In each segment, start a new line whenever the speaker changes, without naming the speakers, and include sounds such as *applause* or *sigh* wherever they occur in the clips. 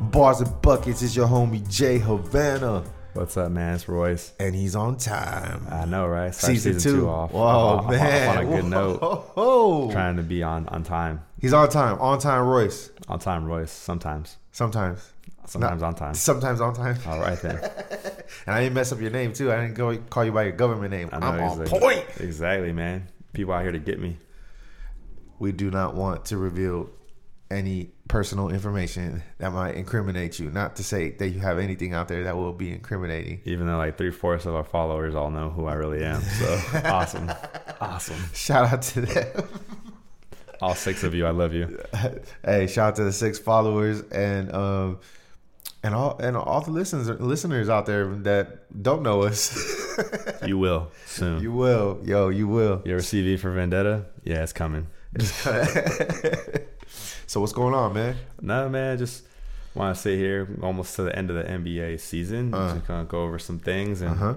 Bars and Buckets is your homie Jay Havana,
What's up, man? It's Royce.
and he's on time.
I know, right? Start
season, two.
off. Uh,
Whoa,
off- off-
man.
Off on a good note.
Whoa.
Trying to be on on time,
He's on time. On time, Royce.
on time, Royce. Sometimes,
Sometimes.
sometimes on time. Uh.
Sometimes on time.
All right then.
And I didn't mess up your name, too. I didn't go call you by your government name.
I
*laughs* I'm
know,
on
exactly.
point.
Exactly, man. People out here to get me.
We do not want to reveal any personal information that might incriminate you. Not to say that you have anything out there that will be incriminating. *laughs*
Even though like three fourths of our followers all know who I really
*laughs*
am. So awesome, awesome.
Shout out to them.
All six of you, I love you.
hey, shout out to the six followers and um and all and all the listeners listeners out there that don't know us. *laughs*
You will
you
soon. You,
will, yo, you will.
ever see V for Vendetta? Yeah, it's coming.
*laughs* so what's going on, man?
No, man, just want to sit here almost to the end of the NBA season.
Uh.
Just kind of go over some things and
Huh?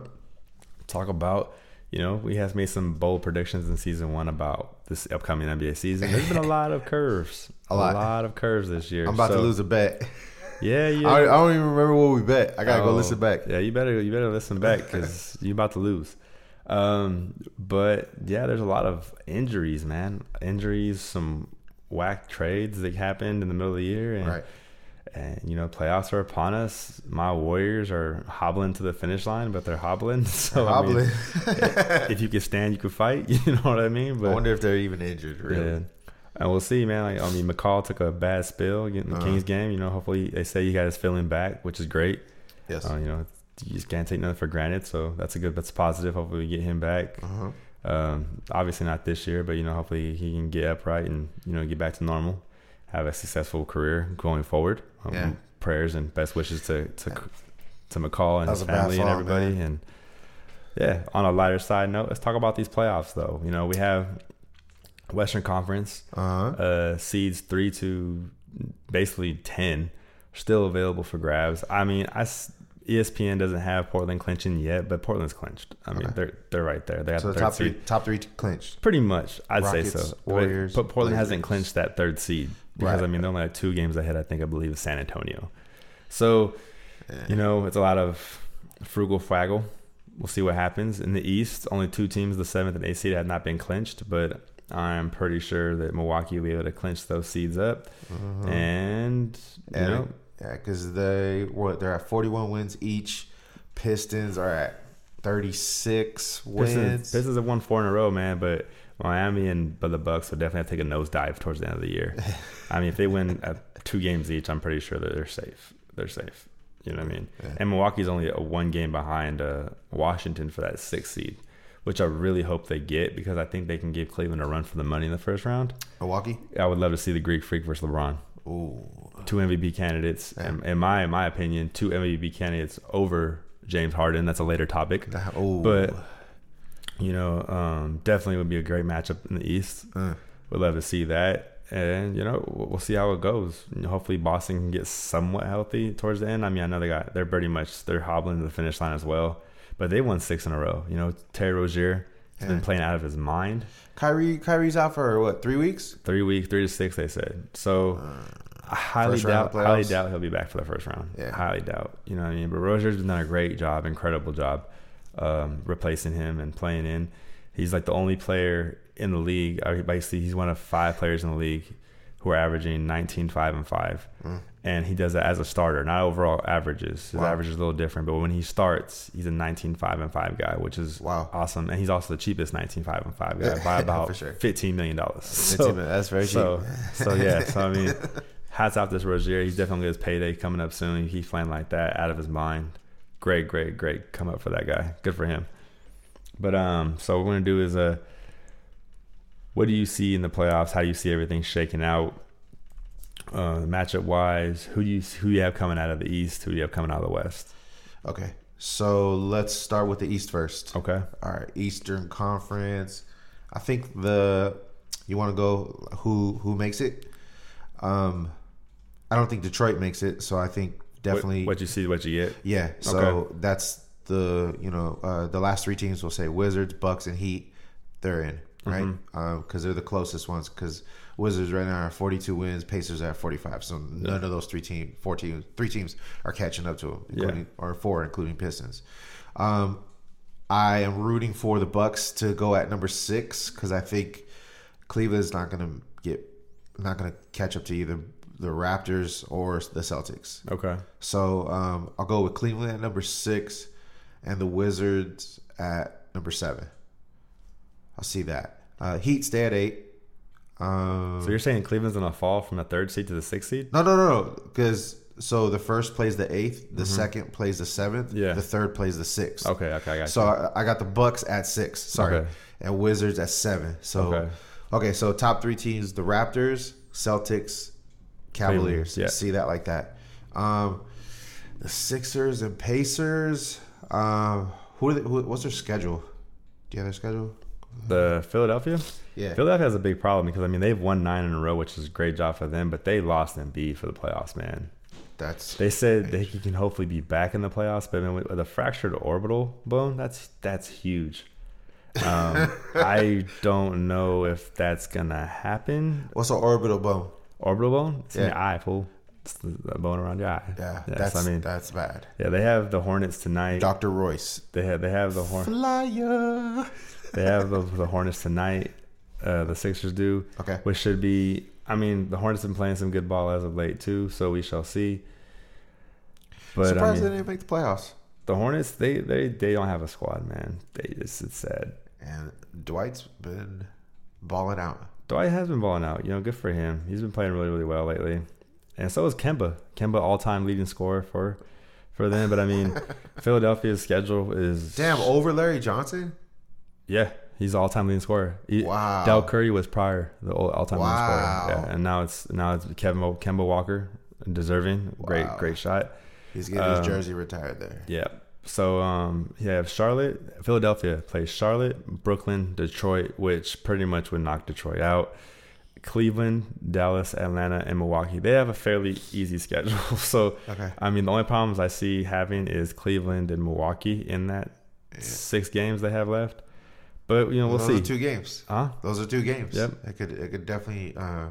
talk about. You know, we have made some bold predictions in season one about this upcoming NBA season. There's been a lot of
*laughs*
curves, a,
lot.
of curves this year.
I'm about to
So,
lose a bet.
Yeah, yeah.
I, I don't even remember what we bet. I gotta go
Oh,
listen back.
*laughs* Yeah, you better you better listen
*laughs*
back because you about to lose. Um, but yeah, there's a lot of injuries, man. Injuries, some whack trades that happened in the middle of the year, and
Right.
and you know playoffs are upon us. My Warriors are hobbling to the finish line, but they're hobbling. *laughs* So I mean,
Hobbling.
if you can stand, you can fight. *laughs* You know what I mean?
I
But
wonder if they're even injured, really.
yeah. And we'll see, man. Like, I mean, McCall took a bad spill getting
Uh-huh.
the Kings game. You know, hopefully they say he got his feeling back, which is great.
Yes.
Uh, you know, you just can't take nothing for granted. So that's a good, that's positive. Hopefully we get him back.
Uh-huh.
Um, obviously not this year, but you know, hopefully he can get upright and you know get back to normal, have a successful career going forward. Um,
Yeah.
Prayers and best wishes to to to McCall and
That was
his
a bad
family and
fall,
everybody. And yeah, on a lighter side note, let's talk about these playoffs though. You know, we have Western Conference
Uh-huh.
uh, seeds three to basically ten still available for grabs. I mean, I s- ESPN doesn't have Portland clinching yet, but Portland's clinched. I mean, they're they're right there. They have
So
the
the
third
top
seed.
three top three clinched.
Pretty much, I'd say
Rockets,
so. But-
Warriors,
but, Portland hasn't
Blazers.
clinched that third seed because
Right.
I mean they're only like two games ahead. I think I believe of San Antonio. So, you know, it's a lot of frugal fraggle. We'll see what happens in the East. Only two teams, the seventh and eighth seed, have not been clinched, but I'm pretty sure that Milwaukee will be able to clinch those seeds up. And you
Mm-hmm. And-
know,
yeah, because they what they're at forty one wins each. Pistons are at thirty six wins.
Pistons, Pistons have won four in a row, man. But Miami and but the Bucks will definitely have to take a nosedive towards the end of the year. I mean, if they win uh, two games each, I'm pretty sure that they're safe. They're safe. You know what I mean? And Milwaukee's only a one game behind uh, Washington for that sixth seed, which I really hope they get because I think they can give Cleveland a run for the money in the first round.
Milwaukee.
I would love to see the Greek Freak versus LeBron.
Ooh.
Two MVP candidates, in, in my in my opinion, two MVP candidates over James Harden. That's a later topic
That- ooh.
but you know, um, definitely would be a great matchup in the East.
Mm.
Would love to see that, and you know, we'll we'll see how it goes. You know, hopefully, Boston can get somewhat healthy towards the end. I mean, I know they got they're pretty much they're hobbling to the finish line as well, but they won six in a row. You know, Terry Rozier has been playing out of his mind.
Kyrie Kyrie's out for what three weeks? Uh,
Three week, three to six, they said. So I highly
first round
doubt,
of
highly
playoffs?
doubt he'll be back for the first round.
Yeah.
highly doubt. You know what I mean? But Rozier's done a great job, incredible job, um, replacing him and playing in. He's like the only player in the league. I mean, Basically, he's one of five players in the league who are averaging 19, 5, and 5.
Mm.
And he does that as a starter, not overall averages. His average is a little different, but when he starts, he's a 19, 5, and 5 guy, which is
Wow.
awesome. And he's also the cheapest 19, 5, and
*laughs*
5 guy by
For
about
sure.
$15 million. So-
Fifteen minutes, that's very
so,
cheap.
*laughs* so yeah. So I mean, hats off this Rozier. He's definitely gonna get his payday coming up soon. He's playing like that, out of his mind. Great, great, great. Come up for that guy. Good for him. But um, so what we're gonna do is uh, what do you see in the playoffs? How do you see everything shaking out? Uh, matchup wise, who do you who you have coming out of the East? Who do you have coming out of the West?
Okay, so let's start with the East first.
Okay,
All right, Eastern Conference. I think the you want to go who who makes it. Um, I don't think Detroit makes it, so I think definitely
What, what you see, what you get.
Yeah. So
Okay.
that's the you know uh, the last three Uh, teams will say Wizards, Bucks, and Heat. They're in, right? Because they're the closest ones. Because Wizards right now are 42 wins. Pacers are at 45. So none of those three team, four teams, three teams are catching up to them, including or four, including Pistons. Um, I am rooting for the Bucks to go at number six because I think Cleveland's not going to get not going to catch up to either the Raptors or the Celtics.
Okay.
So um, I'll go with Cleveland at number six and the Wizards at number seven. I'll see that. Uh, Heat stay at eight. Um,
So you're saying Cleveland's gonna fall from the third seed to the sixth seed?
no, no, no, because so the first plays the eighth, the second plays the seventh,
Mm-hmm. Yeah.
the third plays the sixth.
Okay, okay, I got
So I, I got the Bucks at six. Sorry,
Okay.
and Wizards at seven. So okay.
Okay.
so top three teams: the Raptors, Celtics, Cavaliers.
Cleveland, yeah.
See that like that. Um, the Sixers and Pacers. Um, who, are they, who? What's their schedule? Do you have their schedule?
you. The Philadelphia.
Yeah.
Philadelphia has a big problem because I mean they've won nine in a row, which is a great job for them, but they lost Embiid for the playoffs, man.
That's
They said that he can hopefully be back in the playoffs, but I mean, with a fractured orbital bone, that's that's huge.
*laughs*
Um, I don't know if that's gonna happen.
what's an orbital bone.
Orbital bone? It's in
Yeah.
your eye, fool. It's the the bone around your eye.
Yeah,
Yes,
that's
I mean,
that's bad.
yeah, they have the Hornets tonight.
Doctor Royce,
They have they have the Horn.
flyer.
they have the, the Hornets tonight. Uh, the Sixers do.
Okay.
Which should be. I mean, the Hornets have been playing some good ball as of late too, so we shall see. But I
Surprised
mean,
they didn't make the playoffs.
the Hornets, they, they they don't have a squad, man. They it's, it's sad.
And Dwight's been balling out.
Dwight has been balling out. You know, good for him. He's been playing really really well lately, and so is Kemba. Kemba all time leading scorer for for them. But
*laughs*
I mean, Philadelphia's schedule is
Damn, oh over Larry Johnson?
Yeah, he's all time leading scorer. He,
Wow.
Dal Curry was prior the all time
Wow.
leading scorer. Yeah, and now it's now it's Kevin Mo- Kemba Walker, deserving. Great
Wow.
great shot.
He's getting
uh,
his jersey retired there.
Yeah. So um yeah, if Charlotte, Philadelphia plays Charlotte, Brooklyn, Detroit, which pretty much would knock Detroit out. Cleveland, Dallas, Atlanta, and Milwaukee. They have a fairly easy *laughs* schedule. So
Okay.
I mean, the only problems I see having is Cleveland and Milwaukee in that six games they have left. But you know, we'll
Those
see.
are two games.
Huh?
Those are two games.
Yep.
It could it could definitely uh,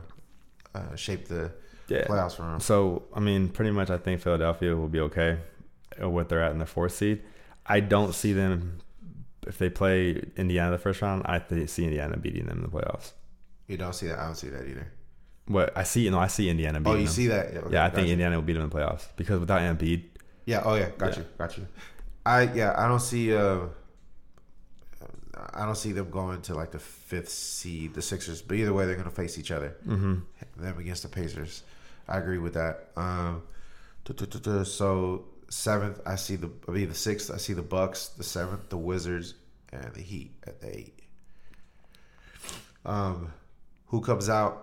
uh, shape the
Yeah.
playoffs for him.
So I mean, pretty much, I think Philadelphia will be okay uh, what they're at in the fourth seed. I don't see them if they play Indiana the first round. I th- see Indiana beating them in the playoffs.
You don't see that. I don't see that either.
What I see, no, I see Indiana
Oh,
beating
you
them.
see that? okay,
yeah, I
gotcha.
think Indiana will beat them in the playoffs because without Embiid,
Yeah. Oh yeah. Got you. Got you. I yeah. I don't see. Uh, I don't see them going to like the fifth seed, the Sixers. But either way, they're going to face each other. Mm-hmm. Them against the Pacers. I agree with that. Um, duh, duh, duh, duh. so seventh, I see the. I mean the sixth, I see the Bucks. The seventh, the Wizards, and the Heat at the eight. Um, who comes out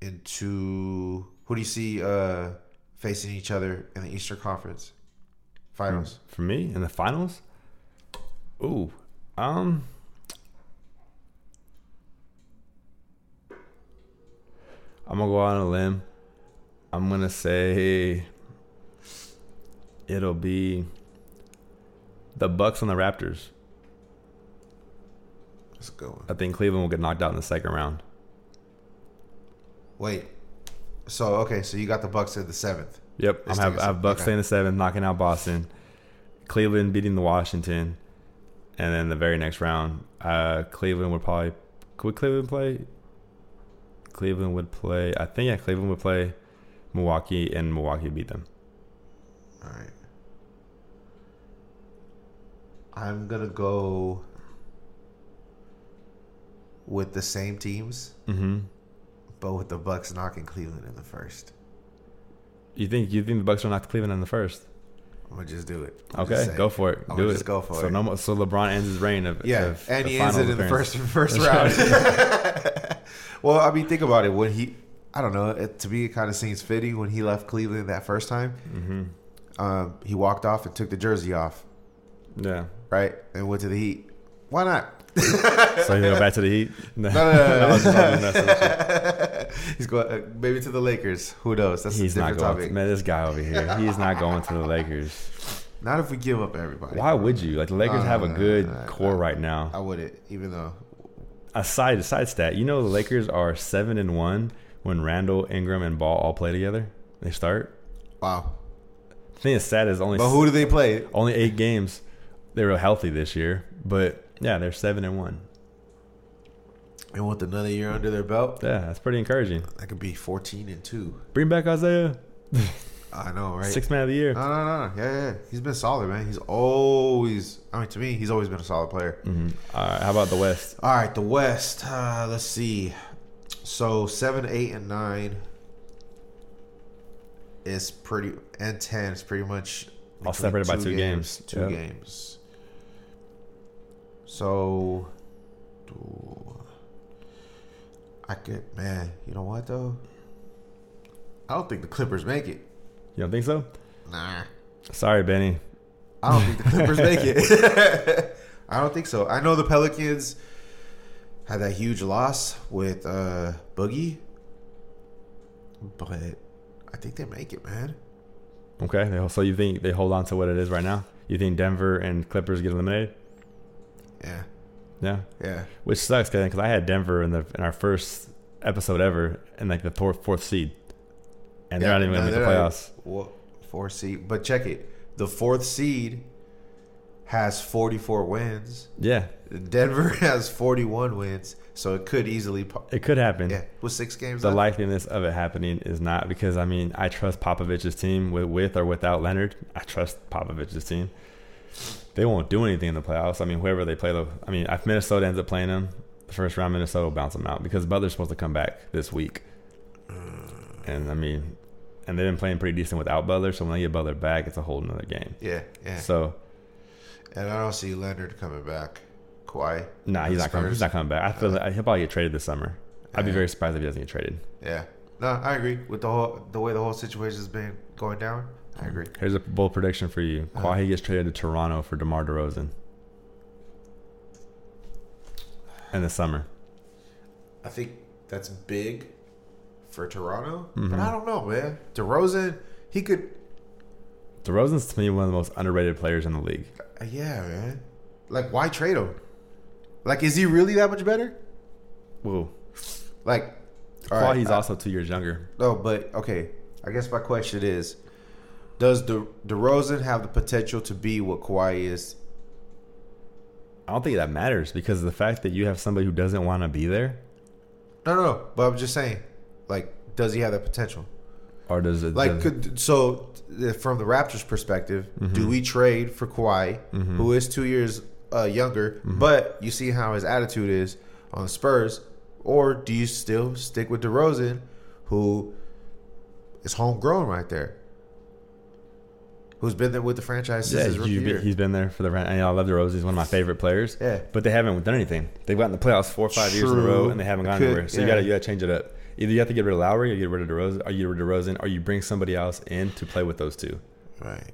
into who do you see uh, facing each other in the Eastern Conference Finals?
for me in the finals, ooh, um, I'm gonna go out on a limb. I'm gonna say it'll be the Bucks and the Raptors.
Let's go.
I think Cleveland will get knocked out in the second round.
Wait. So okay, so you got the Bucks at the seventh.
Yep,
Let's
I'm have,
take a
I have
sec-
Bucks
okay.
staying in the seventh, knocking out Boston, Cleveland beating the Washington, and then the very next round, uh, Cleveland would probably would Cleveland play. Cleveland would play. I think yeah, Cleveland would play Milwaukee, and Milwaukee would beat them.
All right. I'm gonna go with the same teams,
hmm
but with the Bucks knocking Cleveland in the first.
You think you think the Bucks will knock Cleveland in the first?
I'm gonna just do it. I'm just
Okay,
saying.
go for it.
I'm
Do
gonna
it.
just go for
so
it.
no more. So LeBron ends his reign of
Yeah,
of-
and
of
he
finals
ends it in the
appearance.
first first *laughs* round.
That's
*laughs* well, I mean, think about it. When he, I don't know. It, to me, it kind of seems fitting when he left Cleveland that first time. Um, he walked off and took the jersey off,
Yeah.
right, and went to the Heat. Why
*laughs*
not?
So you go back to the Heat. No,
no, no, no.
I was- I was messing with you.
*laughs* He's going uh, maybe to the Lakers. Who knows? That's
He's
a
not
different
going.
topic.
To, man, this guy over here. He's not going to the Lakers.
not if we give up everybody.
Why would you? Like the Lakers have a
Uh,
good
uh,
core right now.
I wouldn't, even though
a side a side stat. You know the Lakers are seven and one when Randall, Ingram, and Ball all play together. They start.
Wow.
I think it's sad is only
But who do they play?
only eight games. They were healthy this year, but yeah, they're seven and one.
And with another year under their belt,
Yeah, that's pretty encouraging.
that could be fourteen and two.
Bring back Isaiah,
I know, right? Uh.
six man of the year.
No, no, no. Yeah, yeah. yeah. He's been solid, man. He's always. I mean, to me, he's always been a solid player.
Mhm. All right, how about the West?
All right, the West. Uh, let's see. So seven, eight, and nine is pretty, and ten is pretty much
All separated by two games.
Two
Yep.
games. So, do- I could, man. You know what though? I don't think the Clippers make it.
You don't think so?
Nah.
Sorry, Benny.
I don't think the Clippers make it. *laughs* I don't think so. I know the Pelicans had that huge loss with uh, Boogie, but I think they make it, man.
Okay, they- so you think they hold on to what it is right now? You think Denver and Clippers get eliminated?
Yeah,
Yeah,
yeah.
which sucks because I had Denver in the in our first episode ever, and like the fourth fourth seed, and they're
Yeah,
not even
no,
gonna make the
they're not-
playoffs.
Well, fourth seed, but check it. The fourth seed has 44 wins.
Yeah,
Denver *laughs* has 41 wins, so it could easily. Po-
it could happen.
yeah, with six games.
The
left.
likeliness of it happening is not because I mean I trust Popovich's team with with or without Leonard. I trust Popovich's team. They won't do anything in the playoffs. I mean, whoever they play, the I mean, if Minnesota ends up playing them, the first round Minnesota will bounce them out because Butler's supposed to come back this week. And I mean, and they've been playing pretty decent without Butler. So when they get Butler back, it's a whole nother game.
yeah, yeah.
So
and I don't see Leonard coming back. Kawhi.
nah, he's
The
not coming. He's
Spurs. Uh.
not coming back. I feel like he'll probably get traded this summer. I'd be very surprised if he doesn't get traded.
Yeah. No, I agree with the whole the way the whole situation's been going down. I agree.
Here's a bold prediction for you.
Uh-huh.
Kawhi gets traded to Toronto for DeMar DeRozan in the summer.
I think that's big for Toronto, but I don't know, man. DeRozan, he could,
DeRozan's to me one of the most underrated players in the league.
uh, yeah, man. Like, why trade him? Like, is he really that much better?
Whoa.
Like, all
Kawhi's
right, uh, I-
also two years younger.
no, but okay. I guess my question is, does De, DeRozan have the potential to be what Kawhi is?
I don't think that matters because the fact that you have somebody who doesn't want to be there,
No, no, no. But I'm just saying, like, does he have that potential?
or does it
Like,
does-
could so th- from the Raptors' perspective,
Mm-hmm.
do we trade for Kawhi, who is two years uh, younger,
Mm-hmm.
but you see how his attitude is on the Spurs, or do you still stick with DeRozan, who is homegrown right there, who's been there with the franchise since
yeah,
his rookie
you-
year?
he's been there for the rent. I love DeRozan. He's one of my favorite players.
Yeah.
but they haven't done anything. They've gotten the playoffs four or five years in a row,
True.
and they haven't
They
gone
could-
anywhere. So you
yeah.
gotta you gotta change it up. Either you have to get rid of Lowry, or you get rid of DeRozan, or you get rid of DeRozan, or you bring somebody else in to play with those two.
right.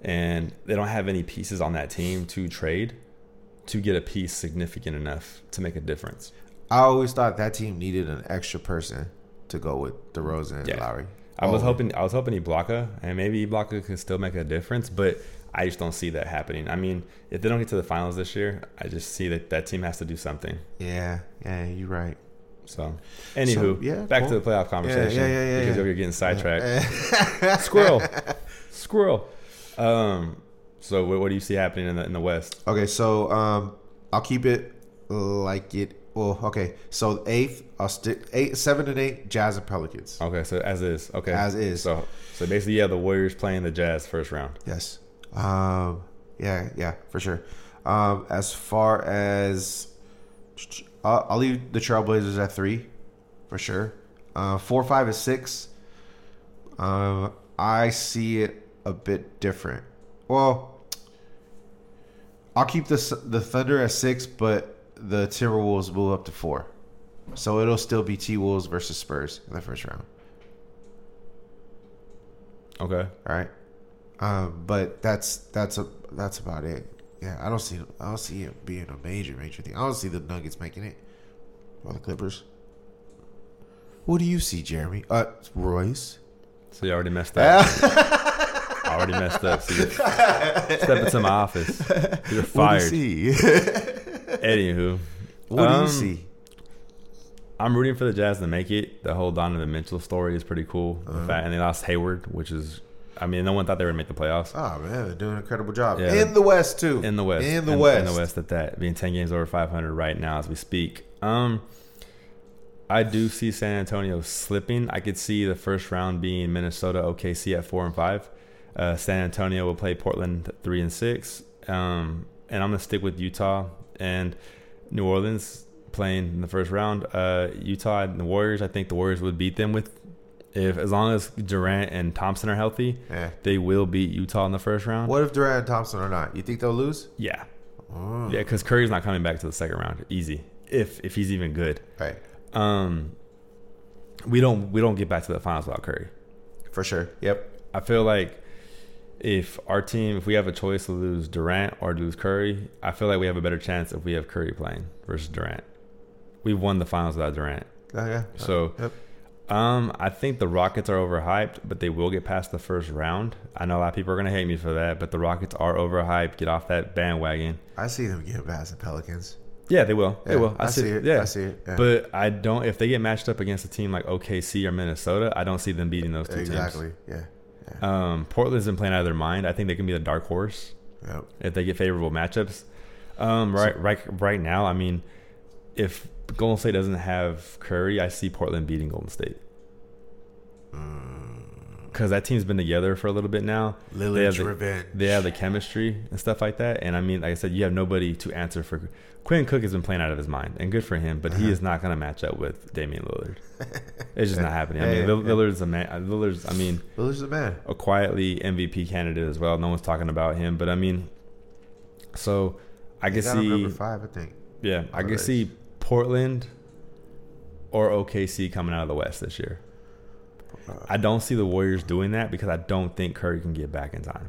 And they don't have any pieces on that team to trade to get a piece significant enough to make a difference.
I always thought that team needed an extra person to go with DeRozan and
Yeah.
Lowry.
I was
Oh,
hoping I was hoping Ibaka and maybe Ibaka could still make a difference, but I just don't see that happening. I mean, if they don't get to the finals this year, I just see that that team has to do something.
Yeah, yeah, you're right.
So, anywho,
So, yeah,
back
cool.
to the playoff conversation
yeah, yeah, yeah,
because
yeah.
you're getting
*laughs*
sidetracked. squirrel, squirrel. Um, so what, what do you see happening in the in the West?
Okay, so um, I'll keep it like it. Well, okay, so eighth, I'll stick eight, seven, and eight. Jazz and Pelicans.
Okay, so as is. Okay,
As is.
So so basically, yeah, the Warriors playing the Jazz first round.
Yes. Um. Yeah. Yeah. For sure. Um. As far as I'll, I'll leave the Trailblazers at three, for sure. Uh, four, five, and six. Um. I see it a bit different. Well, I'll keep the the Thunder at six, but the Timberwolves move up to four. So it'll still be T Wolves versus Spurs in the first round.
Okay,
All right. Um, but that's that's a that's about it. Yeah, I don't see I don't see it being a major major thing. I don't see the Nuggets making it or the Clippers. What do you see, Jeremy? Uh, Royce.
so you already
*laughs*
messed up. already messed up. So you step into my office. You're
What do
fired.
you see? *laughs*
Anywho,
what do
Um,
you see?
I'm rooting for the Jazz to make it. The whole Donovan Mitchell story is pretty cool. The
Uh-huh.
fact- and they lost Hayward, which is, I mean, no one thought they were gonna make the playoffs
Oh man, they're doing an incredible job
Yeah.
in the West too.
in the West.
In the West.
in the West at that, being ten games over 500 right now as we speak. Um, I do see San Antonio slipping. I could see the first round being Minnesota, OKC at four and five. Uh, San Antonio will play Portland at three and six. Um, and I'm gonna stick with Utah and New Orleans playing in the first round. Uh, Utah and the Warriors. I think the Warriors would beat them with if as long as Durant and Thompson are healthy.
Yeah.
They will beat Utah in the first round.
What if Durant and Thompson are not? You think they'll lose?
Yeah,
Mm.
yeah, because Curry's not coming back to the second round. Easy, if if he's even good.
Right.
Um, we don't we don't get back to the finals without Curry.
For sure. Yep.
I feel like if our team, if we have a choice to lose Durant or lose Curry, I feel like we have a better chance if we have Curry playing versus Durant. We won the finals without Durant,
Oh, yeah.
so.
Yep.
Um, I think the Rockets are overhyped, but they will get past the first round. I know a lot of people are gonna hate me for that, but the Rockets are overhyped. Get off that bandwagon.
I see them getting past the Pelicans.
Yeah, they will.
Yeah,
they will. I, see, it. Yeah,
I see it. Yeah.
But I don't. If they get matched up against a team like OKC or Minnesota, I don't see them beating those two
Exactly. Yeah.
teams. Um, Portland's been playing out of their mind. I think they can be the dark horse
Yep.
if they get favorable matchups. Um, right, right, right now, I mean, if Golden State doesn't have Curry, I see Portland beating Golden State because that team's been together for a little bit now. They have
Mm. Lillard's
the-
revenge.
they have the chemistry and stuff like that. And I mean, like I said, you have nobody to answer for. Quinn Cook has been playing out of his mind, and good for him. But he is not going to match up with Damian Lillard. It's just not happening. I
Yeah,
mean,
yeah,
Lill- Lillard's a man. uh, Lillard's, I mean,
Lillard's the man.
a quietly MVP candidate as well. No one's talking about him, but I mean, so I
They
can
got him
see,
number five, I think.
yeah, I can
Alright.
see Portland or OKC coming out of the West this year. I don't see the Warriors doing that because I don't think Curry can get back in time.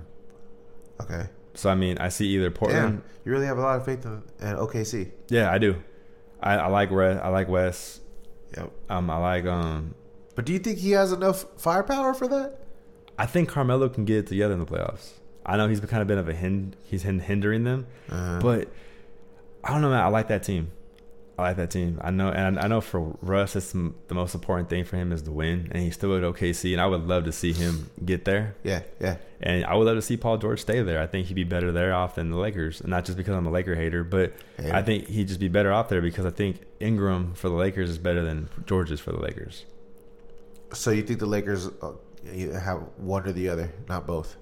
Okay.
So I mean, I see either Portland.
Damn, you really have a lot of faith in, in OKC.
Yeah, I do. I, I like Red. I like Wes.
Yep.
Um, I like um.
But do you think he has enough firepower for that?
I think Carmelo can get it together in the playoffs. I know he's kind of been of a hind. He's hin- hindering them,
Uh,
but I don't know. Man, I like that team. I like that team. I know, and I know for Russ, it's m- the most important thing for him is the win, and he's still at OKC, and I would love to see him get there,
yeah, yeah.
and I would love to see Paul George stay there. I think he'd be better there off than the Lakers, not just because I'm a Laker hater, but
Hater.
I think he'd just be better off there because I think Ingram for the Lakers is better than George is for the Lakers.
So you think the Lakers uh, you have one or the other, not both?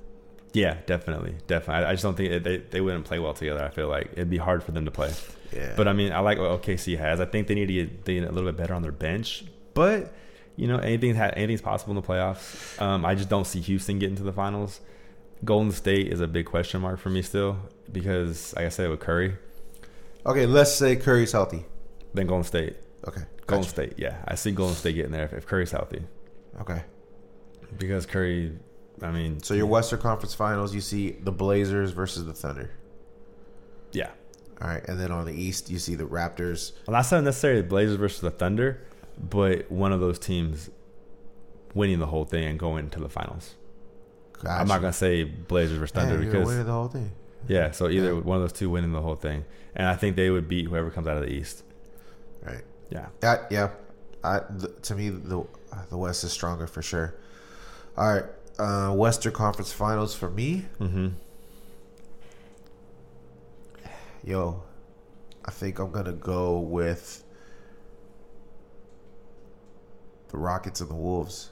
Yeah, definitely, definitely. I, I just don't think it, they they wouldn't play well together. I feel like it'd be hard for them to play.
Yeah.
But I mean, I like what OKC has. I think they need to get, they get a little bit better on their bench, but you know, anything ha- anything's possible in the playoffs. Um, I just don't see Houston getting to the finals. Golden State is a big question mark for me still because, like I said, with Curry,
uh, okay, let's say Curry's healthy.
then Golden State,
Okay.
Golden
gotcha.
State, yeah, I see Golden State getting there if, if Curry's healthy
Okay.
because Curry, I mean,
So your Western Conference Finals, you see the Blazers versus the Thunder.
yeah.
All right, and then on the East, you see the Raptors.
Well, that's not necessarily the Blazers versus the Thunder, but one of those teams winning the whole thing and going to the finals. I'm not gonna say Blazers versus Thunder because
winning the whole thing.
yeah, so either
Yeah.
one of those two winning the whole thing, and I think they would beat whoever comes out of the East.
All right.
Yeah,
Yeah, yeah. I, th- to me, the the West is stronger for sure. All right, uh, Western Conference Finals for me.
mm-hmm.
Yo, I think I'm gonna go with the Rockets and the Wolves.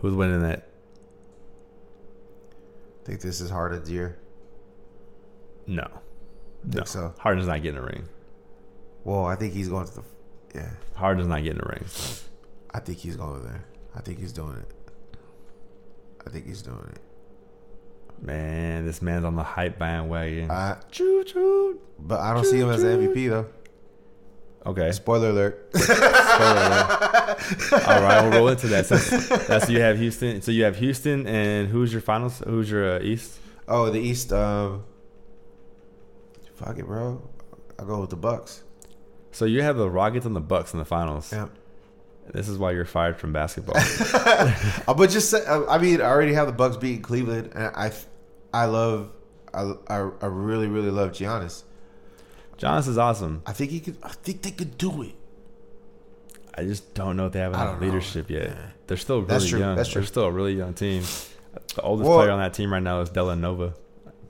who's winning that?
I think this is hard and dear.
No, no.
Think so.
Harden's not getting a ring.
Well, I think he's going to the. Yeah,
Harden's not getting a ring.
I think he's going there. I think he's doing it. I think he's doing it.
Man, this man's on the hype bandwagon.
I,
Choo choo.
but I don't see him as the MVP though.
Okay.
Spoiler alert.
All right, we'll roll into that. So that's you have Houston. So you have Houston, and who's your finals? Who's your uh, East?
Oh, the East. Um, fuck it, bro. I go with the Bucks.
So you have the Rockets and the Bucks in the finals.
Yeah.
This is why you're fired
*laughs*
from basketball.
Uh, but just say, uh, I mean, I already have the Bucks beating Cleveland, and I, I love, I, I, I really, really love Giannis.
Giannis is awesome.
I think he could. I think they could do it.
I just don't know if they have
I
enough
don't know.
leadership yet.
Yeah.
They're still really
That's true.
young.
That's true.
They're still a really young team. The oldest
Well-
player on that team right now is Delanova.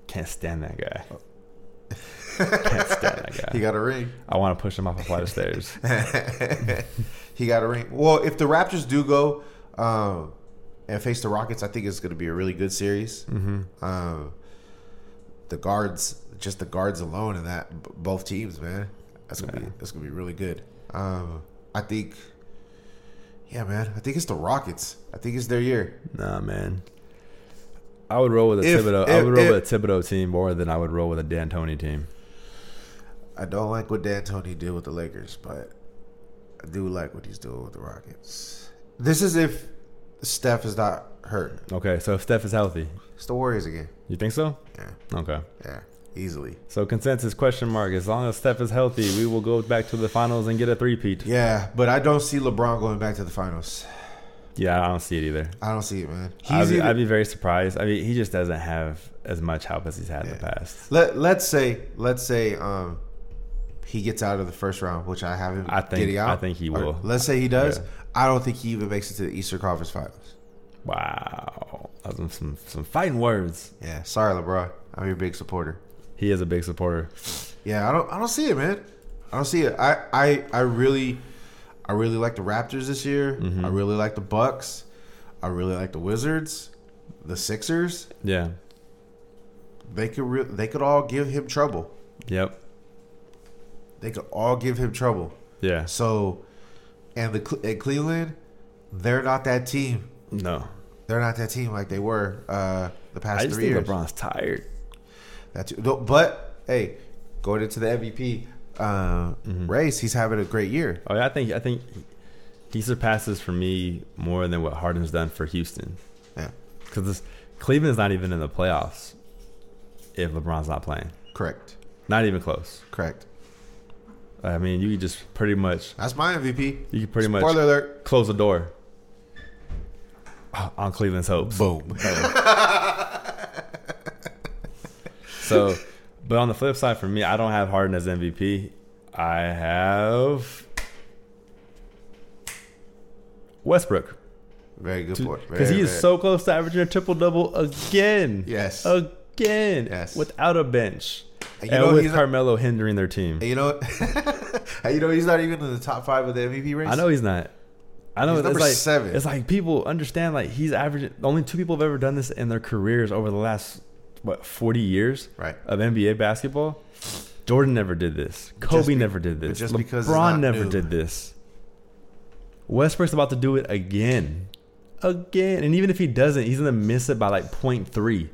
Can't stand that guy. Can't stand
*laughs*
that guy.
He got a ring.
I want to push him off a flight of stairs.
*laughs* he got a ring. Well, if the Raptors do go um, and face the Rockets, I think it's going to be a really good series. Mm-hmm. Um, the guards, just the guards alone in that b- both teams, man, that's gonna be that's gonna be really good. Um, I think, yeah, man, I think it's the Rockets. I think it's their year.
Nah, man. I would roll with a
If-
Thibodeau. I would
if-
roll
if-
with a Thibodeau team more than I would roll with a D'Antoni team.
I don't like what D'Antoni did with the Lakers, but I do like what he's doing with the Rockets. This is if Steph is not hurt.
Okay, so if Steph is healthy,
It's the Warriors again.
you think so?
Yeah.
Okay.
Yeah, easily.
So consensus question mark. As long as Steph is healthy, we will go back to the finals and get a three-peat. Yeah,
Yeah, but I don't see LeBron going back to the finals.
I don't see it either.
I don't see it, man. He's
I'd be,
either-
I'd be very surprised. I mean, he just doesn't have as much help as he's had in the
Yeah.
past.
let let's say let's say um he gets out of the first round, which I have him
I think-
getting out.
I think he
Or
will.
Let's say he does.
Yeah.
I don't think he even makes it to the Eastern Conference Finals.
Wow, Those are some some fighting words.
Yeah, sorry, LeBron. I'm your big supporter.
He is a big supporter.
Yeah, I don't I don't see it, man. I don't see it. I I, I really I really like the Raptors this year.
Mm-hmm.
I really like the Bucks. I really like the Wizards. The Sixers.
Yeah.
They could re- they could all give him trouble.
Yep.
They could all give him trouble.
Yeah.
So, and the Cle- and Cleveland, they're not that team.
No.
They're not that team like they were uh, the past
I just
three
think
years.
LeBron's tired.
That's, no, but hey, going into the MVP uh,
Mm-hmm.
race, he's having a great year.
Oh, yeah, I think I think he surpasses for me more than what Harden's done for Houston
Yeah,
because Cleveland's not even in the playoffs if LeBron's not playing.
correct,
Not even close.
correct.
I mean, you could just pretty much
That's my MVP.
you could pretty
Spoiler
much
alert.
close the door on Cleveland's hopes.
Boom.
*laughs* So, but on the flip side, for me, I don't have Harden as MVP. I have Westbrook.
Very good point.
Because he
Very,
is
very-
so close to averaging a triple double again.
Yes.
Again.
Yes.
Without a bench.
And
And,
you know
with
he's not-
Carmelo hindering their team.
And you *laughs* know, and you know, he's not even in the top five of the MVP race.
I know he's not. I know
He's
it's
number
like
seven.
it's like people understand like he's averaging the only two people have ever done this in their careers over the last what forty years
Right.
of NBA basketball. Jordan never did this. Kobe
be-
never did
but
this.
just
LeBron
because it's not
never
new.
did this. Westbrook's about to do it again. Again. And even if he doesn't, he's gonna miss it by like point three.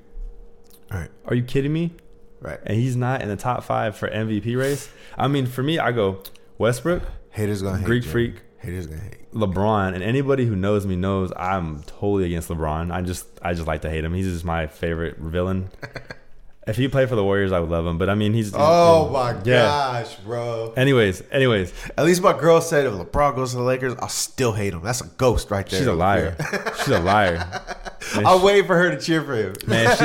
All right,
Are you kidding me?
right.
And he's not in the top five for MVP race. I mean, for me, I go Westbrook,
Haters gonna hate.
Greek
Jimmy.
freak.
Haters gonna hate.
LeBron, and anybody who knows me knows I'm totally against LeBron. I just I just like to hate him. He's just my
*laughs*
favorite villain. if he played for the Warriors, I would love him. But I mean, he's
Oh my
Yeah.
gosh, bro.
Anyways, anyways,
At least my girl said if LeBron goes to the Lakers, I'll still hate him. That's a ghost right there.
she's a liar.
*laughs*
She's a liar. Man,
I'll
she-
wait for her to cheer for him.
man, she,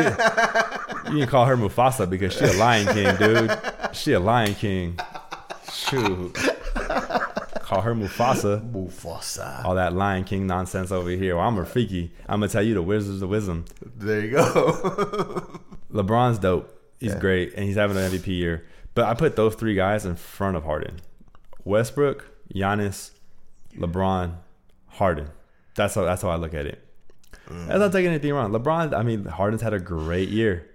you can call her Mufasa because she a Lion King, dude. She a Lion King. *laughs* Shoot, call her Mufasa.
Mufasa.
all that Lion King nonsense over here. Well, I'm Rafiki. I'm gonna tell you the wizards of wisdom.
There you go. *laughs*
LeBron's dope. He's great, and he's having an MVP year. But I put those three guys in front of Harden, Westbrook, Giannis, LeBron, Harden. That's how that's how I look at it. That's not taking anything wrong. LeBron, I mean, Harden's had a great year,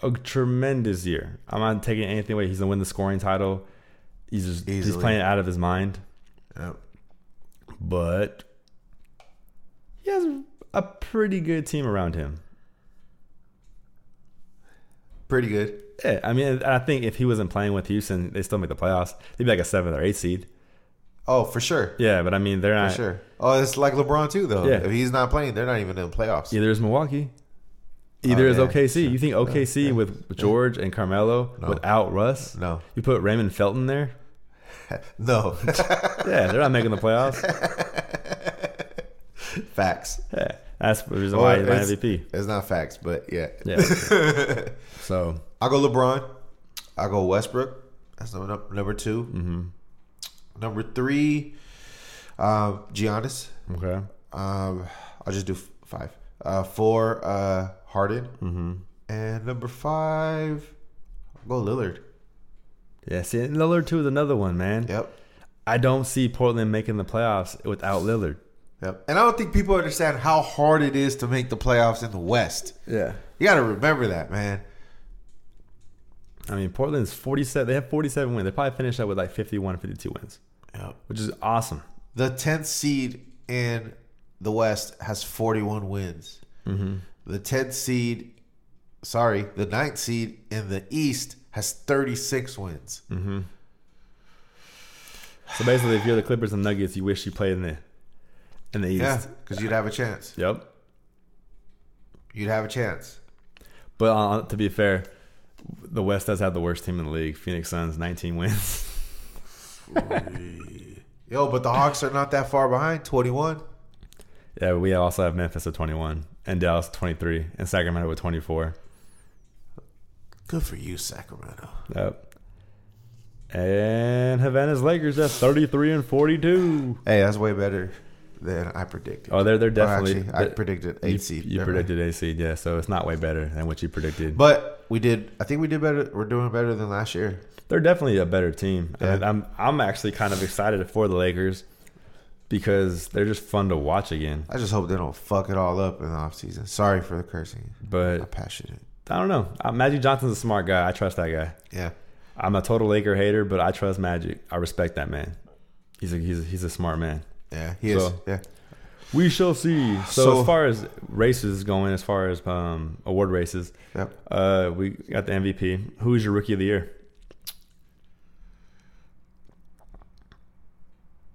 a tremendous year. I'm not taking anything away. He's gonna win the scoring title. He's just he's
Easily.
playing out of his mind.
Yep.
but he has a pretty good team around him.
Pretty good.
Yeah, I mean, I think if he wasn't playing with Houston, they still make the playoffs. They'd be like a seventh or eighth seed.
Oh, for sure.
Yeah, but I mean, they're
For
not.
sure. Oh, it's like LeBron too, though.
Yeah.
If he's not playing, they're not even in the playoffs.
Either is Milwaukee, either
Oh,
is
yeah,
OKC. You think OKC with George and Carmelo without Russ?
No.
You put Raymond Felton there?
No. *laughs*
Yeah, they're not making the playoffs.
facts.
Yeah, that's the reason
Well,
why he's my
it's-
MVP.
It's not facts, but yeah. *laughs*
Yeah. so
I'll go LeBron. I'll go Westbrook. That's number number 2
Mm-hmm.
Number three, um, Giannis.
Okay.
Um, I'll just do f- five. Uh, four, uh, Harden,
Mm-hmm.
and number five, I'll go Lillard.
Yeah, see, and Lillard too is another one, man.
Yep,
I don't see Portland making the playoffs without Lillard.
yep. And I don't think people understand how hard it is to make the playoffs in the West.
Yeah.
You got to remember that, man.
I mean, Portland's 47. They have 47 wins. They probably finish up with like 51, 52 wins,
Yep.
which is awesome.
The tenth seed in the West has forty-one wins.
Mm-hmm.
The tenth seed, sorry, the ninth seed in the East has thirty-six wins.
Mm-hmm. So basically, if you're the Clippers and Nuggets, you wish you played in the in the East.
Yeah, because you'd have a chance.
Yep.
You'd have a chance.
But uh, to be fair, the West does have the worst team in the league. Phoenix Suns, 19 wins. *laughs*
Yo, but the Hawks are not that far behind. Twenty-one.
yeah, we also have Memphis at 21 and Dallas 23 and Sacramento with 24.
Good for you, Sacramento.
Yep. And Havana's Lakers at 33 and 42.
Hey, that's way better than I predicted.
Oh, they're they're
Well,
definitely.
actually, I
they-
predicted
you,
eight seed.
You
Never mind.
predicted eight seed, yeah. So it's not way better than what you predicted. But
but we did. I think we did better. We're doing better than last year.
they're definitely a better team.
Yeah.
And I'm I'm actually kind of excited for the Lakers because they're just fun to watch again.
I just hope they don't fuck it all up in the offseason. Sorry for the cursing.
But
I'm passionate.
I don't know. Uh, Magic Johnson's a smart guy. I trust that guy.
Yeah.
I'm a total Laker hater, but I trust Magic. I respect that man. He's a he's a, he's a smart man.
Yeah. He is.
So-
yeah.
We shall see. So,
So-
as far as races going, as far as um, award races,
Yep.
uh, we got the MVP. Who is your rookie of the year?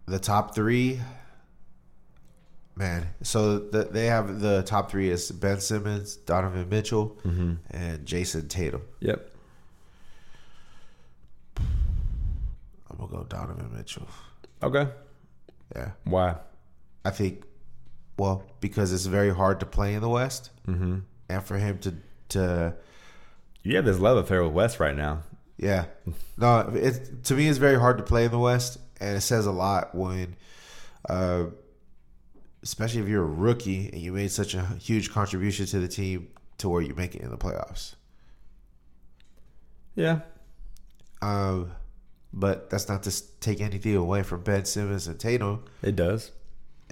The top three. Man. So the, they have the top three is Ben Simmons, Donovan Mitchell, and Jason Tatum.
Yep.
I'm going to go Donovan Mitchell.
Okay.
Yeah.
Why?
I think, well, because it's very hard to play in the West. Mm-hmm. And for him to, to
You have this love affair with West right now.
Yeah. No, it to me it's very hard to play in the West, and it says a lot when, uh, especially if you're a rookie and you made such a huge contribution to the team to where you make it in the playoffs.
Yeah.
Um, but that's not to s- take anything away from Ben Simmons and Tatum.
It does.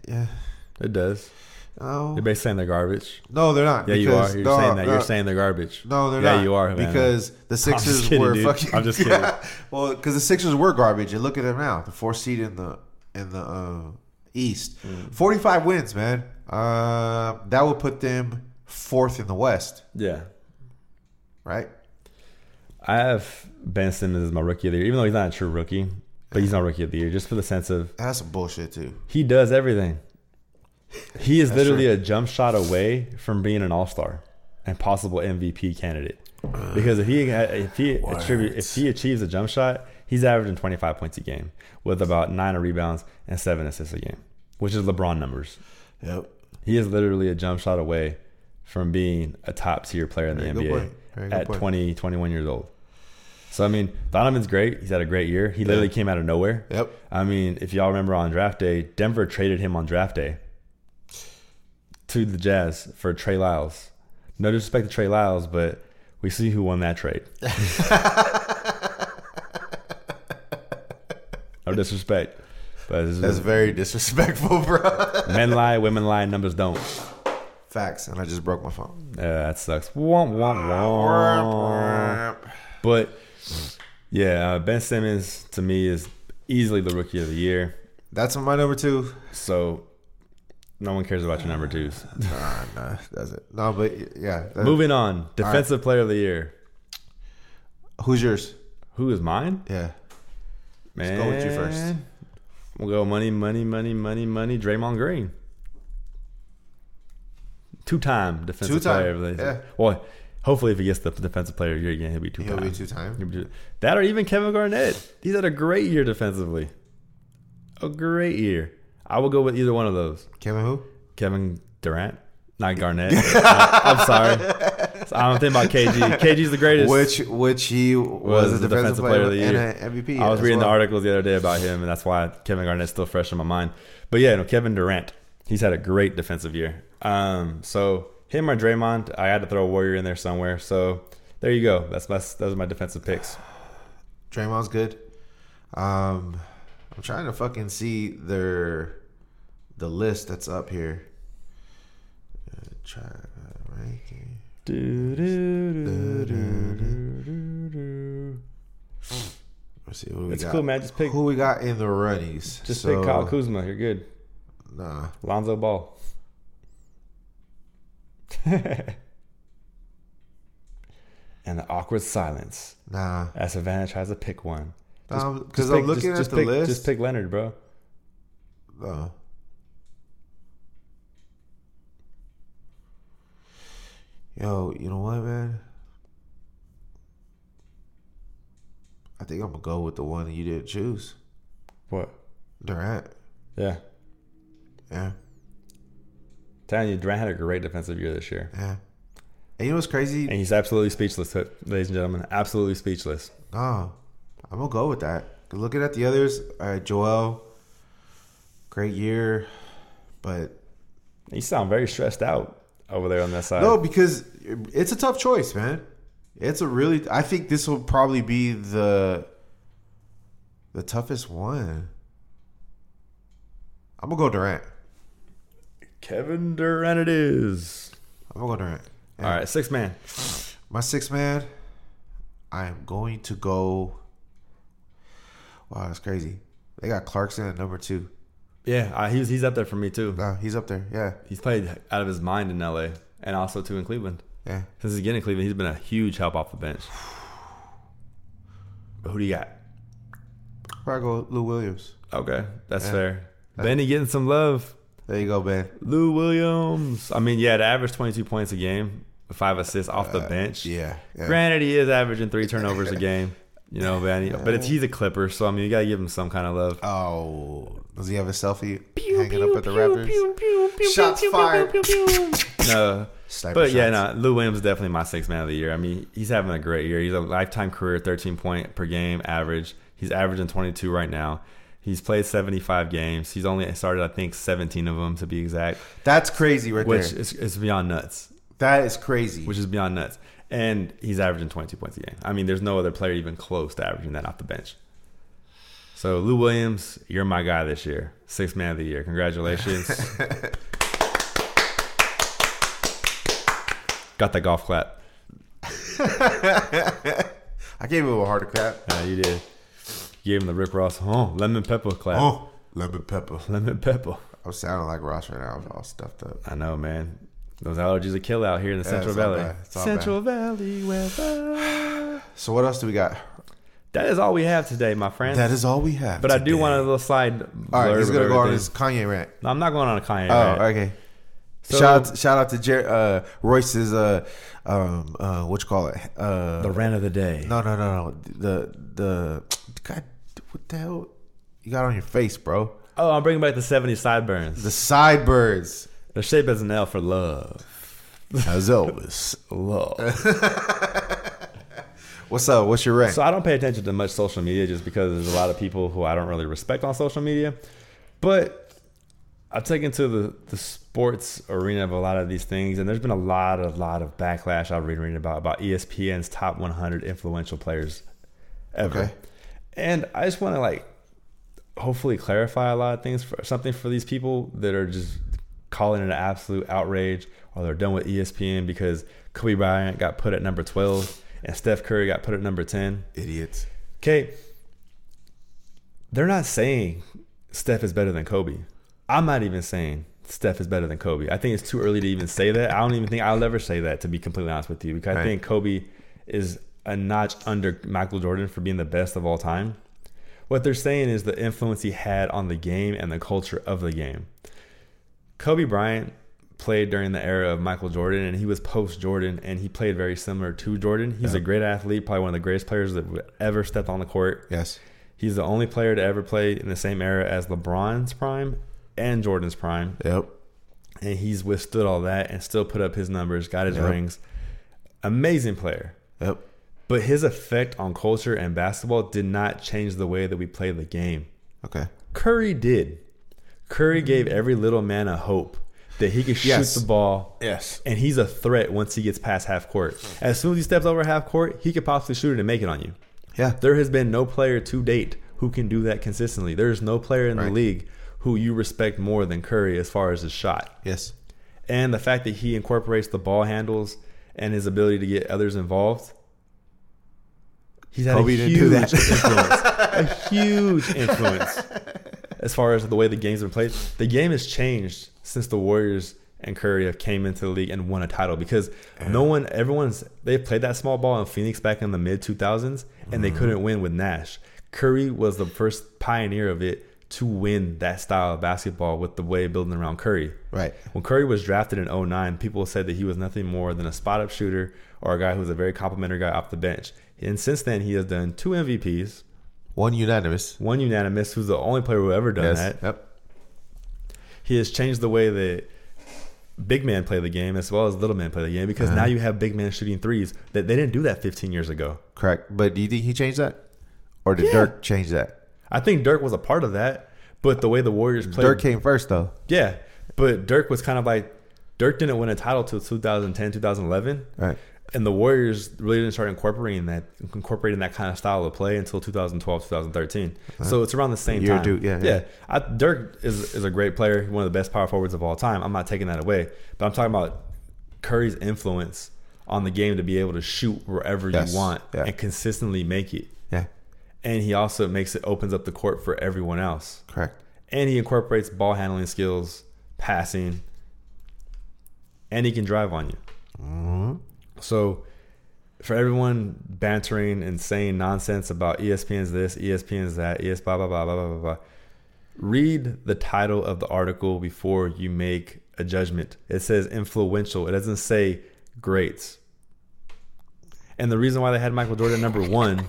Yeah.
It does.
No.
You're basically saying they're garbage.
No, they're not.
Yeah, you
because-
are. You're
no,
saying that.
no.
You're saying they're garbage.
No, they're
yeah,
not.
you are. Havana.
because the
just
Sixers
kidding,
were
dude.
fucking. *laughs*
I'm just kidding.
Yeah. Well, because the Sixers were garbage, and look at them now. The fourth seed in the in the uh, East,
Mm.
45 wins, man. Uh, that would put them fourth in the West,
yeah,
right?
I have Ben Simmons as my rookie of the year, even though he's not a true rookie, but he's not rookie of the year just for the sense of
That's some bullshit too.
he does everything. He is
That's
literally a jump shot away from being an All Star and possible MVP candidate. Because if he if he attribute if he achieves a jump shot, he's averaging 25 points a game with about nine rebounds and seven assists a game, which is LeBron numbers.
Yep.
He is literally a jump shot away from being a top tier player in the
Very good point. Very
NBA
good
at
point.
20, 21 years old. So, I mean, Donovan's great. He's had a great year. He literally came out of nowhere.
Yep.
I mean, if y'all remember on draft day, Denver traded him on draft day to the Jazz for Trey Lyles. No disrespect to Trey Lyles, but we see who won that
*laughs*
trade. no disrespect. But this
That's
is,
very disrespectful, *laughs* bro.
men lie, women lie, numbers don't.
Facts, and I just broke my phone.
Yeah, Uh, that sucks. Womp, womp, womp. But yeah, uh, Ben Simmons to me is easily the rookie of the year.
That's my number two.
So no one cares about your number twos.
Nah, nah, that's it. No, but yeah. that-
Moving on, defensive player of the year.
Who's yours?
Who is mine?
Yeah.
Man,
go with you first.
We'll go money, money, money, money, money. Draymond Green, two-time defensive
Two-time,
player of the year.
yeah.
Well, hopefully, if he gets the defensive player of the year again, he'll be two-time.
He'll be two time.
That or even Kevin Garnett. He's had a great year defensively. A great year. I will go with either one of those.
Kevin who?
Kevin Durant, not Garnett. I'm Uh, sorry. So I don't think about KG. KG's the greatest.
which which he was, a defensive, player,
of the year.
and an MVP.
I was
as
reading
well.
the articles the other day about him, and that's why Kevin Garnett's still fresh in my mind. But yeah, no, Kevin Durant, he's had a great defensive year. Um, so him or Draymond, I had to throw a Warrior in there somewhere. So there you go. That's my those are my defensive picks.
Draymond's good. Um, I'm trying to fucking see their the list that's up here. Uh, try uh, ranking. Let's see who we
It's
got.
cool, man. Just pick-
who we got in the runnies.
Just
so,
pick Kyle Kuzma. You're good.
Nah,
Lonzo Ball. *laughs* and the awkward silence
nah.
as Savannah tries to pick one. Just-
Because
just
I'm
pick-
looking
just-
at
just
the
pick-
list.
Just pick Leonard, bro.
Oh. Yo, you know what, man? I think I'm gonna go with the one you didn't choose,
What?
Durant.
Yeah.
Yeah,
Telling you, Durant had a great defensive year this year.
yeah. And you know what's
And
crazy?
he's absolutely speechless, ladies and gentlemen. Absolutely speechless.
No, I'm gonna go with that. 'Cause Looking at the others, all right, Joel, great year, but
You sound very stressed out over there on that side.
No, because it's a tough choice, man. It's a really. I think this will probably be the the toughest one. I'm gonna go Durant.
Kevin Durant it is.
I'm gonna go Durant.
All right, six man.
My sixth man. I am going to go. Wow, that's crazy. They got Clarkson at number two.
Yeah, uh, he's he's up there for me too.
No, he's up there. Yeah,
He's played out of his mind in LA and also too in Cleveland.
yeah.
Since he's getting in Cleveland, he's been a huge help off the bench. *sighs* But who do you got?
Probably go Lou Williams.
Okay, that's fair. Benny getting some love.
There you go, Ben.
Lou Williams. I mean, yeah, to average 22 points a game, five assists off the bench.
Uh, Yeah, yeah.
Granted, he is averaging three turnovers a game, you
*laughs*
know, Vanny. But it's, he's a Clipper, so I mean, you gotta give him some kind of love.
Oh, does he have a selfie hanging up at the Raptors? Shots
Shots
fired.
fired.
*laughs*
No,
Sniper
but yeah,
shots.
no, Lou Williams is definitely my sixth man of the year. I mean, he's having a great year. He's a lifetime career, 13 point per game average. He's averaging 22 right now. He's played 75 games. He's only started, I think, 17 of them to be exact,
That's crazy right
which
there.
is, is beyond nuts.
That is crazy.
Which is beyond nuts. And he's averaging 22 points a game. I mean, there's no other player even close to averaging that off the bench. So, Lou Williams, you're my guy this year. Sixth man of the year. Congratulations. Got that golf clap.
I gave him a harder clap.
Yeah, Uh, you did. You gave him the Rick Ross, oh, lemon pepper clap.
Oh, lemon pepper.
*laughs* Lemon pepper.
I'm sounding like Ross right now. I'm all stuffed up.
I know, man. Those allergies are kill out here in the Central
it's all
Valley.
bad. It's all
Central Valley weather. *sighs*
So what else do we got?
That is all we have today, my friends.
That is all we have.
but I do
today.
want a little slide.
All right,
blurb
he's
of
gonna go on
everything.
his Kanye rant.
No, I'm not going on a Kanye.
Oh,
rant.
okay.
So-
shout out, shout out to Jer- uh, Royce's uh, um, uh, what you call it? Uh,
The rant of the day.
no, no, no, no. The the God, what the hell? You got on your face, bro.
Oh, I'm bringing back the 70s sideburns.
The *laughs* sideburns.
They're shaped as an L for love.
As Elvis.
Love.
What's up? What's your rant?
so I don't pay attention to much social media just because there's a lot of people who I don't really respect on social media. But I've taken to the, the sports arena of a lot of these things, and there's been a lot, a lot of backlash I've been reading about about E ESPN's top 100 influential players ever.
Okay.
And I just want to like hopefully clarify a lot of things for something for these people that are just calling it an absolute outrage or they're done with E ESPN because Kobe Bryant got put at number 12 and Steph Curry got put at number 10.
Idiots.
Okay. They're not saying Steph is better than Kobe. I'm not even saying Steph is better than Kobe. I think it's too early to even say that. I don't even think I'll ever say that, to be completely honest with you, because I
Right.
think Kobe is a notch under Michael Jordan for being the best of all time. What they're saying is the influence he had on the game and the culture of the game. Kobe Bryant played during the era of Michael Jordan, and he was post Jordan, and he played very similar to Jordan. He's a great athlete, probably one of the greatest players that would ever stepped on the court.
Yes.
He's the only player to ever play in the same era as LeBron's prime and Jordan's prime,
Yep.
and he's withstood all that and still put up his numbers, got his
Yep.
rings. amazing player.
Yep.
But his effect on culture and basketball did not change the way that we play the game.
Okay.
Curry did. Curry gave every little man a hope that he could
Mm-hmm. Yes.
shoot the ball.
Yes.
And he's a threat once he gets past half court. As soon as he steps over half court, he could possibly shoot it and make it on you.
Yeah.
There has been no player to date who can do that consistently. There is no player in the
Right.
league who you respect more than Curry as far as his shot
Yes.
and the fact that he incorporates the ball handles and his ability to get others involved. He's had
Kobe
a
didn't
huge
do that.
influence. *laughs* A huge influence as far as the way the game's been played. The game has changed since the Warriors and Curry have came into the league and won a title because no one, everyone's, they played that small ball in Phoenix back in the mid 2000s and they couldn't win with Nash. Curry was the first pioneer of it to win that style of basketball with the way building around Curry.
Right.
When Curry was drafted in 09, people said that he was nothing more than a spot up shooter or a guy who was a very complimentary guy off the bench. And since then, he has done two MVPs,
One unanimous.
one unanimous, who's the only player who ever done
Yes.
that.
Yep.
He has changed the way that big men play the game as well as little men play the game because
Uh-huh.
now you have big men shooting threes that they didn't do that 15 years ago.
Correct. But do you think he changed that, or did
Yeah.
Dirk change that?
I think Dirk was a part of that, but the way the Warriors played,
Dirk came first though.
yeah, but Dirk was kind of like Dirk didn't win a title till 2010, 2011.
Right.
and the Warriors really didn't start incorporating that incorporating that kind of style of play until 2012 2013 so it's around the same
Uh-huh. Year
time
two, yeah, yeah.
I, Dirk is is a great player one of the best power forwards of all time I'm not taking that away but I'm talking about Curry's influence on the game to be able to shoot wherever
Yes,
you want
yeah.
and consistently make it
Yeah.
and he also makes it opens up the court for everyone else
Correct.
and he incorporates ball handling skills passing and he can drive on you
hmm
so, for everyone bantering and saying nonsense about E ESPN's this, ESPN's that, E ES blah blah blah blah blah blah blah, read the title of the article before you make a judgment. It says influential. It doesn't say greats. And the reason why they had Michael Jordan number one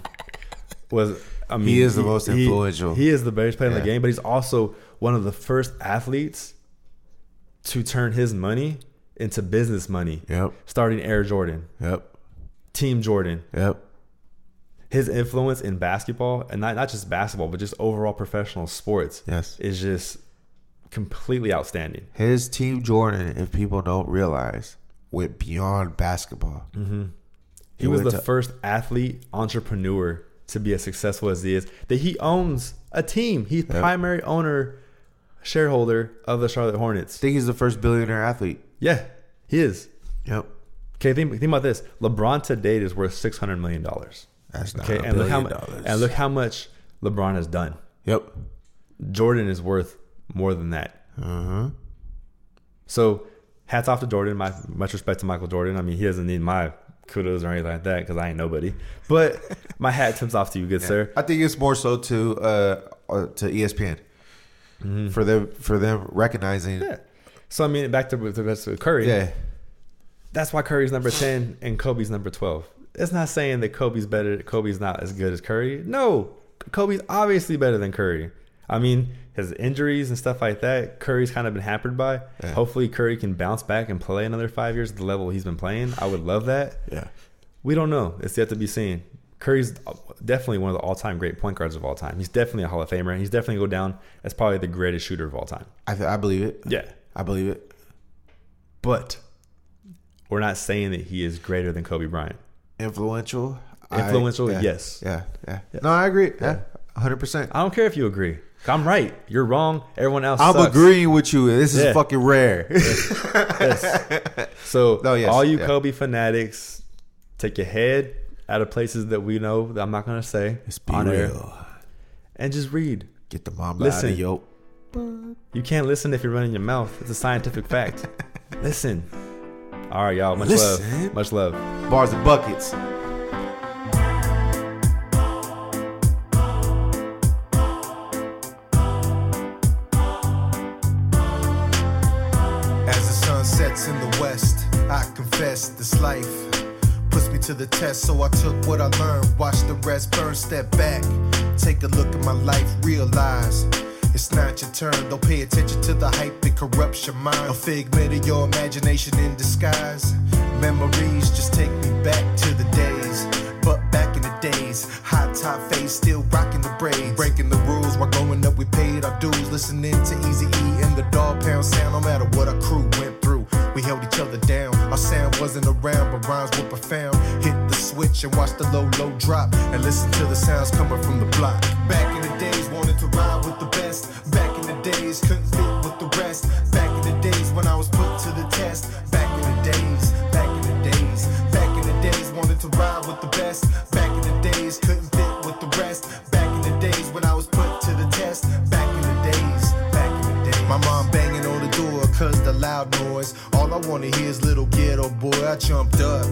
was, I mean,
is the most influential.
He, is the best player in the
Yeah.
game, but he's also one of the first athletes to turn his money into business money
Yep.
starting Air Jordan,
Yep.
Team Jordan,
Yep.
his influence in basketball and not, not just basketball, but just overall professional sports
Yes.
is just completely outstanding.
His team Jordan, if people don't realize, went beyond basketball.
Mm. He was the
went to-
first athlete entrepreneur to be as successful as he is. That he owns a team. He's primary owner, shareholder of the Charlotte
I
Hornets.
think he's the first billionaire athlete.
Yeah, he is.
Yep.
Okay, think, think about this. LeBron to date is worth six hundred million dollars.
That's not
Okay,
a
and look how
billion
mu-
dollars.
and look how much LeBron has done.
Yep.
Jordan is worth more than that.
Uh huh.
So hats off to Jordan. My much respect to Michael Jordan. I mean, he doesn't need my kudos or anything like that because I ain't nobody. But my hat tips off to you, good sir.
I think it's more so to uh, uh to ESPN for them for them recognizing.
Mm-hmm. Yeah. So I mean, back to, to back to Curry.
yeah.
That's why Curry's number ten and Kobe's number twelve. It's not saying that Kobe's better. Kobe's not as good as Curry. No, Kobe's obviously better than Curry. I mean, his injuries and stuff like that, Curry's kind of been hampered by.
Yeah.
Hopefully, Curry can bounce back and play another five years at the level he's been playing. I would love that.
Yeah.
We don't know. It's yet to be seen. Curry's definitely one of the all-time great point guards of all time. He's definitely a Hall of Famer. He's definitely go down as probably the greatest shooter of all time.
I th- I believe it.
Yeah,
I believe it.
but we're not saying that he is greater than Kobe Bryant.
Influential. I-
Influential,
yeah,
yes.
Yeah. Yeah. No, I agree. Yeah. Hundred percent.
I don't care if you agree. I'm right. You're wrong. Everyone else.
I'm
sucks.
agreeing with you. This is
Yeah.
fucking rare. *laughs*
Yes. So
No, yes,
all you
yeah.
Kobe fanatics, take your head out of places that we know that I'm not going to say
Let's be
on air,
real.
and just read.
Get the mamba out
Listen.
of yo.
You can't listen if you're running your mouth. It's a
*laughs*
scientific fact. listen. All right, y'all. Much love.
Listen.
Much love.
Bars and buckets.
As the sun sets in the west, I confess this life puts me to the test. So I took what I learned, watched the rest burn, step back, take a look at my life, realize it's not your turn. Don't pay attention to the hype that corrupts your mind. A figment of your imagination in disguise. Memories just take me back to the days. But back in the days, hot top face, still rocking the braids. Breaking the rules while growing up, we paid our dues. Listening to Easy E and the dog pound sound, no matter what our crew went through. We held each other down. Our sound wasn't around, but rhymes were profound. Hit the switch and watch the low, low drop. And listen to the sounds coming from the block. Back in the days, wanted to ride with the best. Back in the days, couldn't fit with the rest. Back in the days when I was put to the test. Back in the days, back in the days, back in the days, wanted to ride with the best. Back in the days, couldn't fit with the rest. Back in the days when I was put to the test. Back in the days, back in the days. My mom banging on the door cause the loud noise. All I wanna hear is little ghetto boy. I jumped up.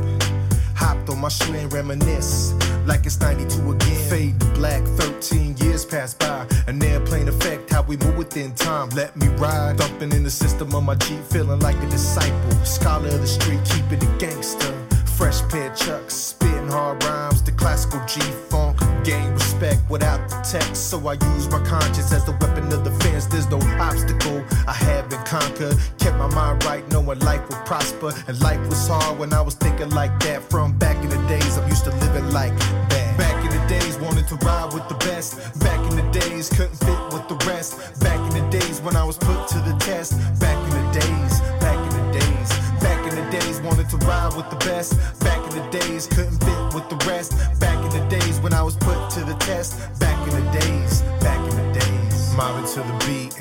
Hopped on my Schlin, reminisce like it's 92 again. Fade to black, 13 years pass by. An airplane effect, how we move within time. Let me ride, thumping in the system of my Jeep, feeling like a disciple. Scholar of the street, keeping it gangster. Fresh pair of chucks, spitting hard rhymes, the classical G funk. Gain respect without the text, so I use my conscience as the weapon of defense. There's no obstacle I haven't conquered. Kept my mind right, knowing life would prosper. And life was hard when I was thinking like that. From back in the days, I'm used to living like that. Back in the days, wanted to ride with the best. Back in the days, couldn't fit with the rest. Back in the days, when I was put to the test. Back in the days, back in the days, back in the days, wanted to ride with the best. Back in the days, couldn't fit with the rest. Back in the days, when I was put to the test. Back in the days, back in the days, mobbing to the beat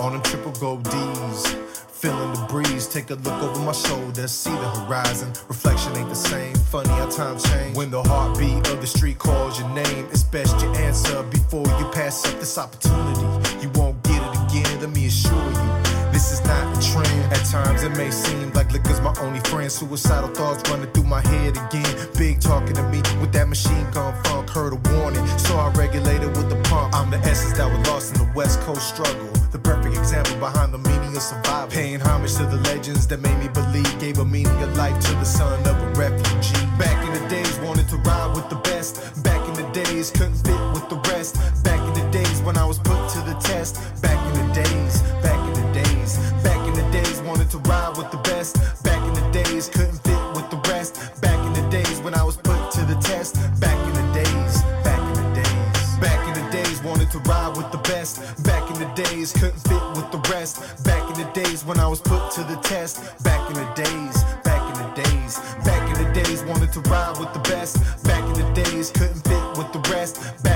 on them triple gold D's. Feeling the breeze, take a look over my shoulder, see the horizon. Reflection ain't the same, funny how time change. When the heartbeat of the street calls your name, it's best you answer before you pass up this opportunity. You won't get it again, let me assure you. This is not a trend. At times it may seem like liquor's my only friend. Suicidal thoughts running through my head again. Big talking to me with that machine gun funk. Heard a warning, so I regulated with the pump. I'm the essence that was lost in the West Coast struggle. The perfect example behind the meaning of survival. Paying homage to the legends that made me believe. Gave a meaning of life to the son of a refugee. Back in the days, wanted to ride with the best. Back in the days, couldn't fit with the rest. Back in the days when I was put to the test. Back in the days, back in the days, back in the days, wanted to ride with the best. Back in the days, couldn't fit with the rest. Back in the days when I was put to the test. Back in the days, back in the days, back in the days, wanted to ride with the best. Back in the days, couldn't fit with the rest. Back in the days when I was put to the test. Back in the days, back in the days, back in the days, wanted to ride with the best. Back in the days, couldn't fit with the rest. Back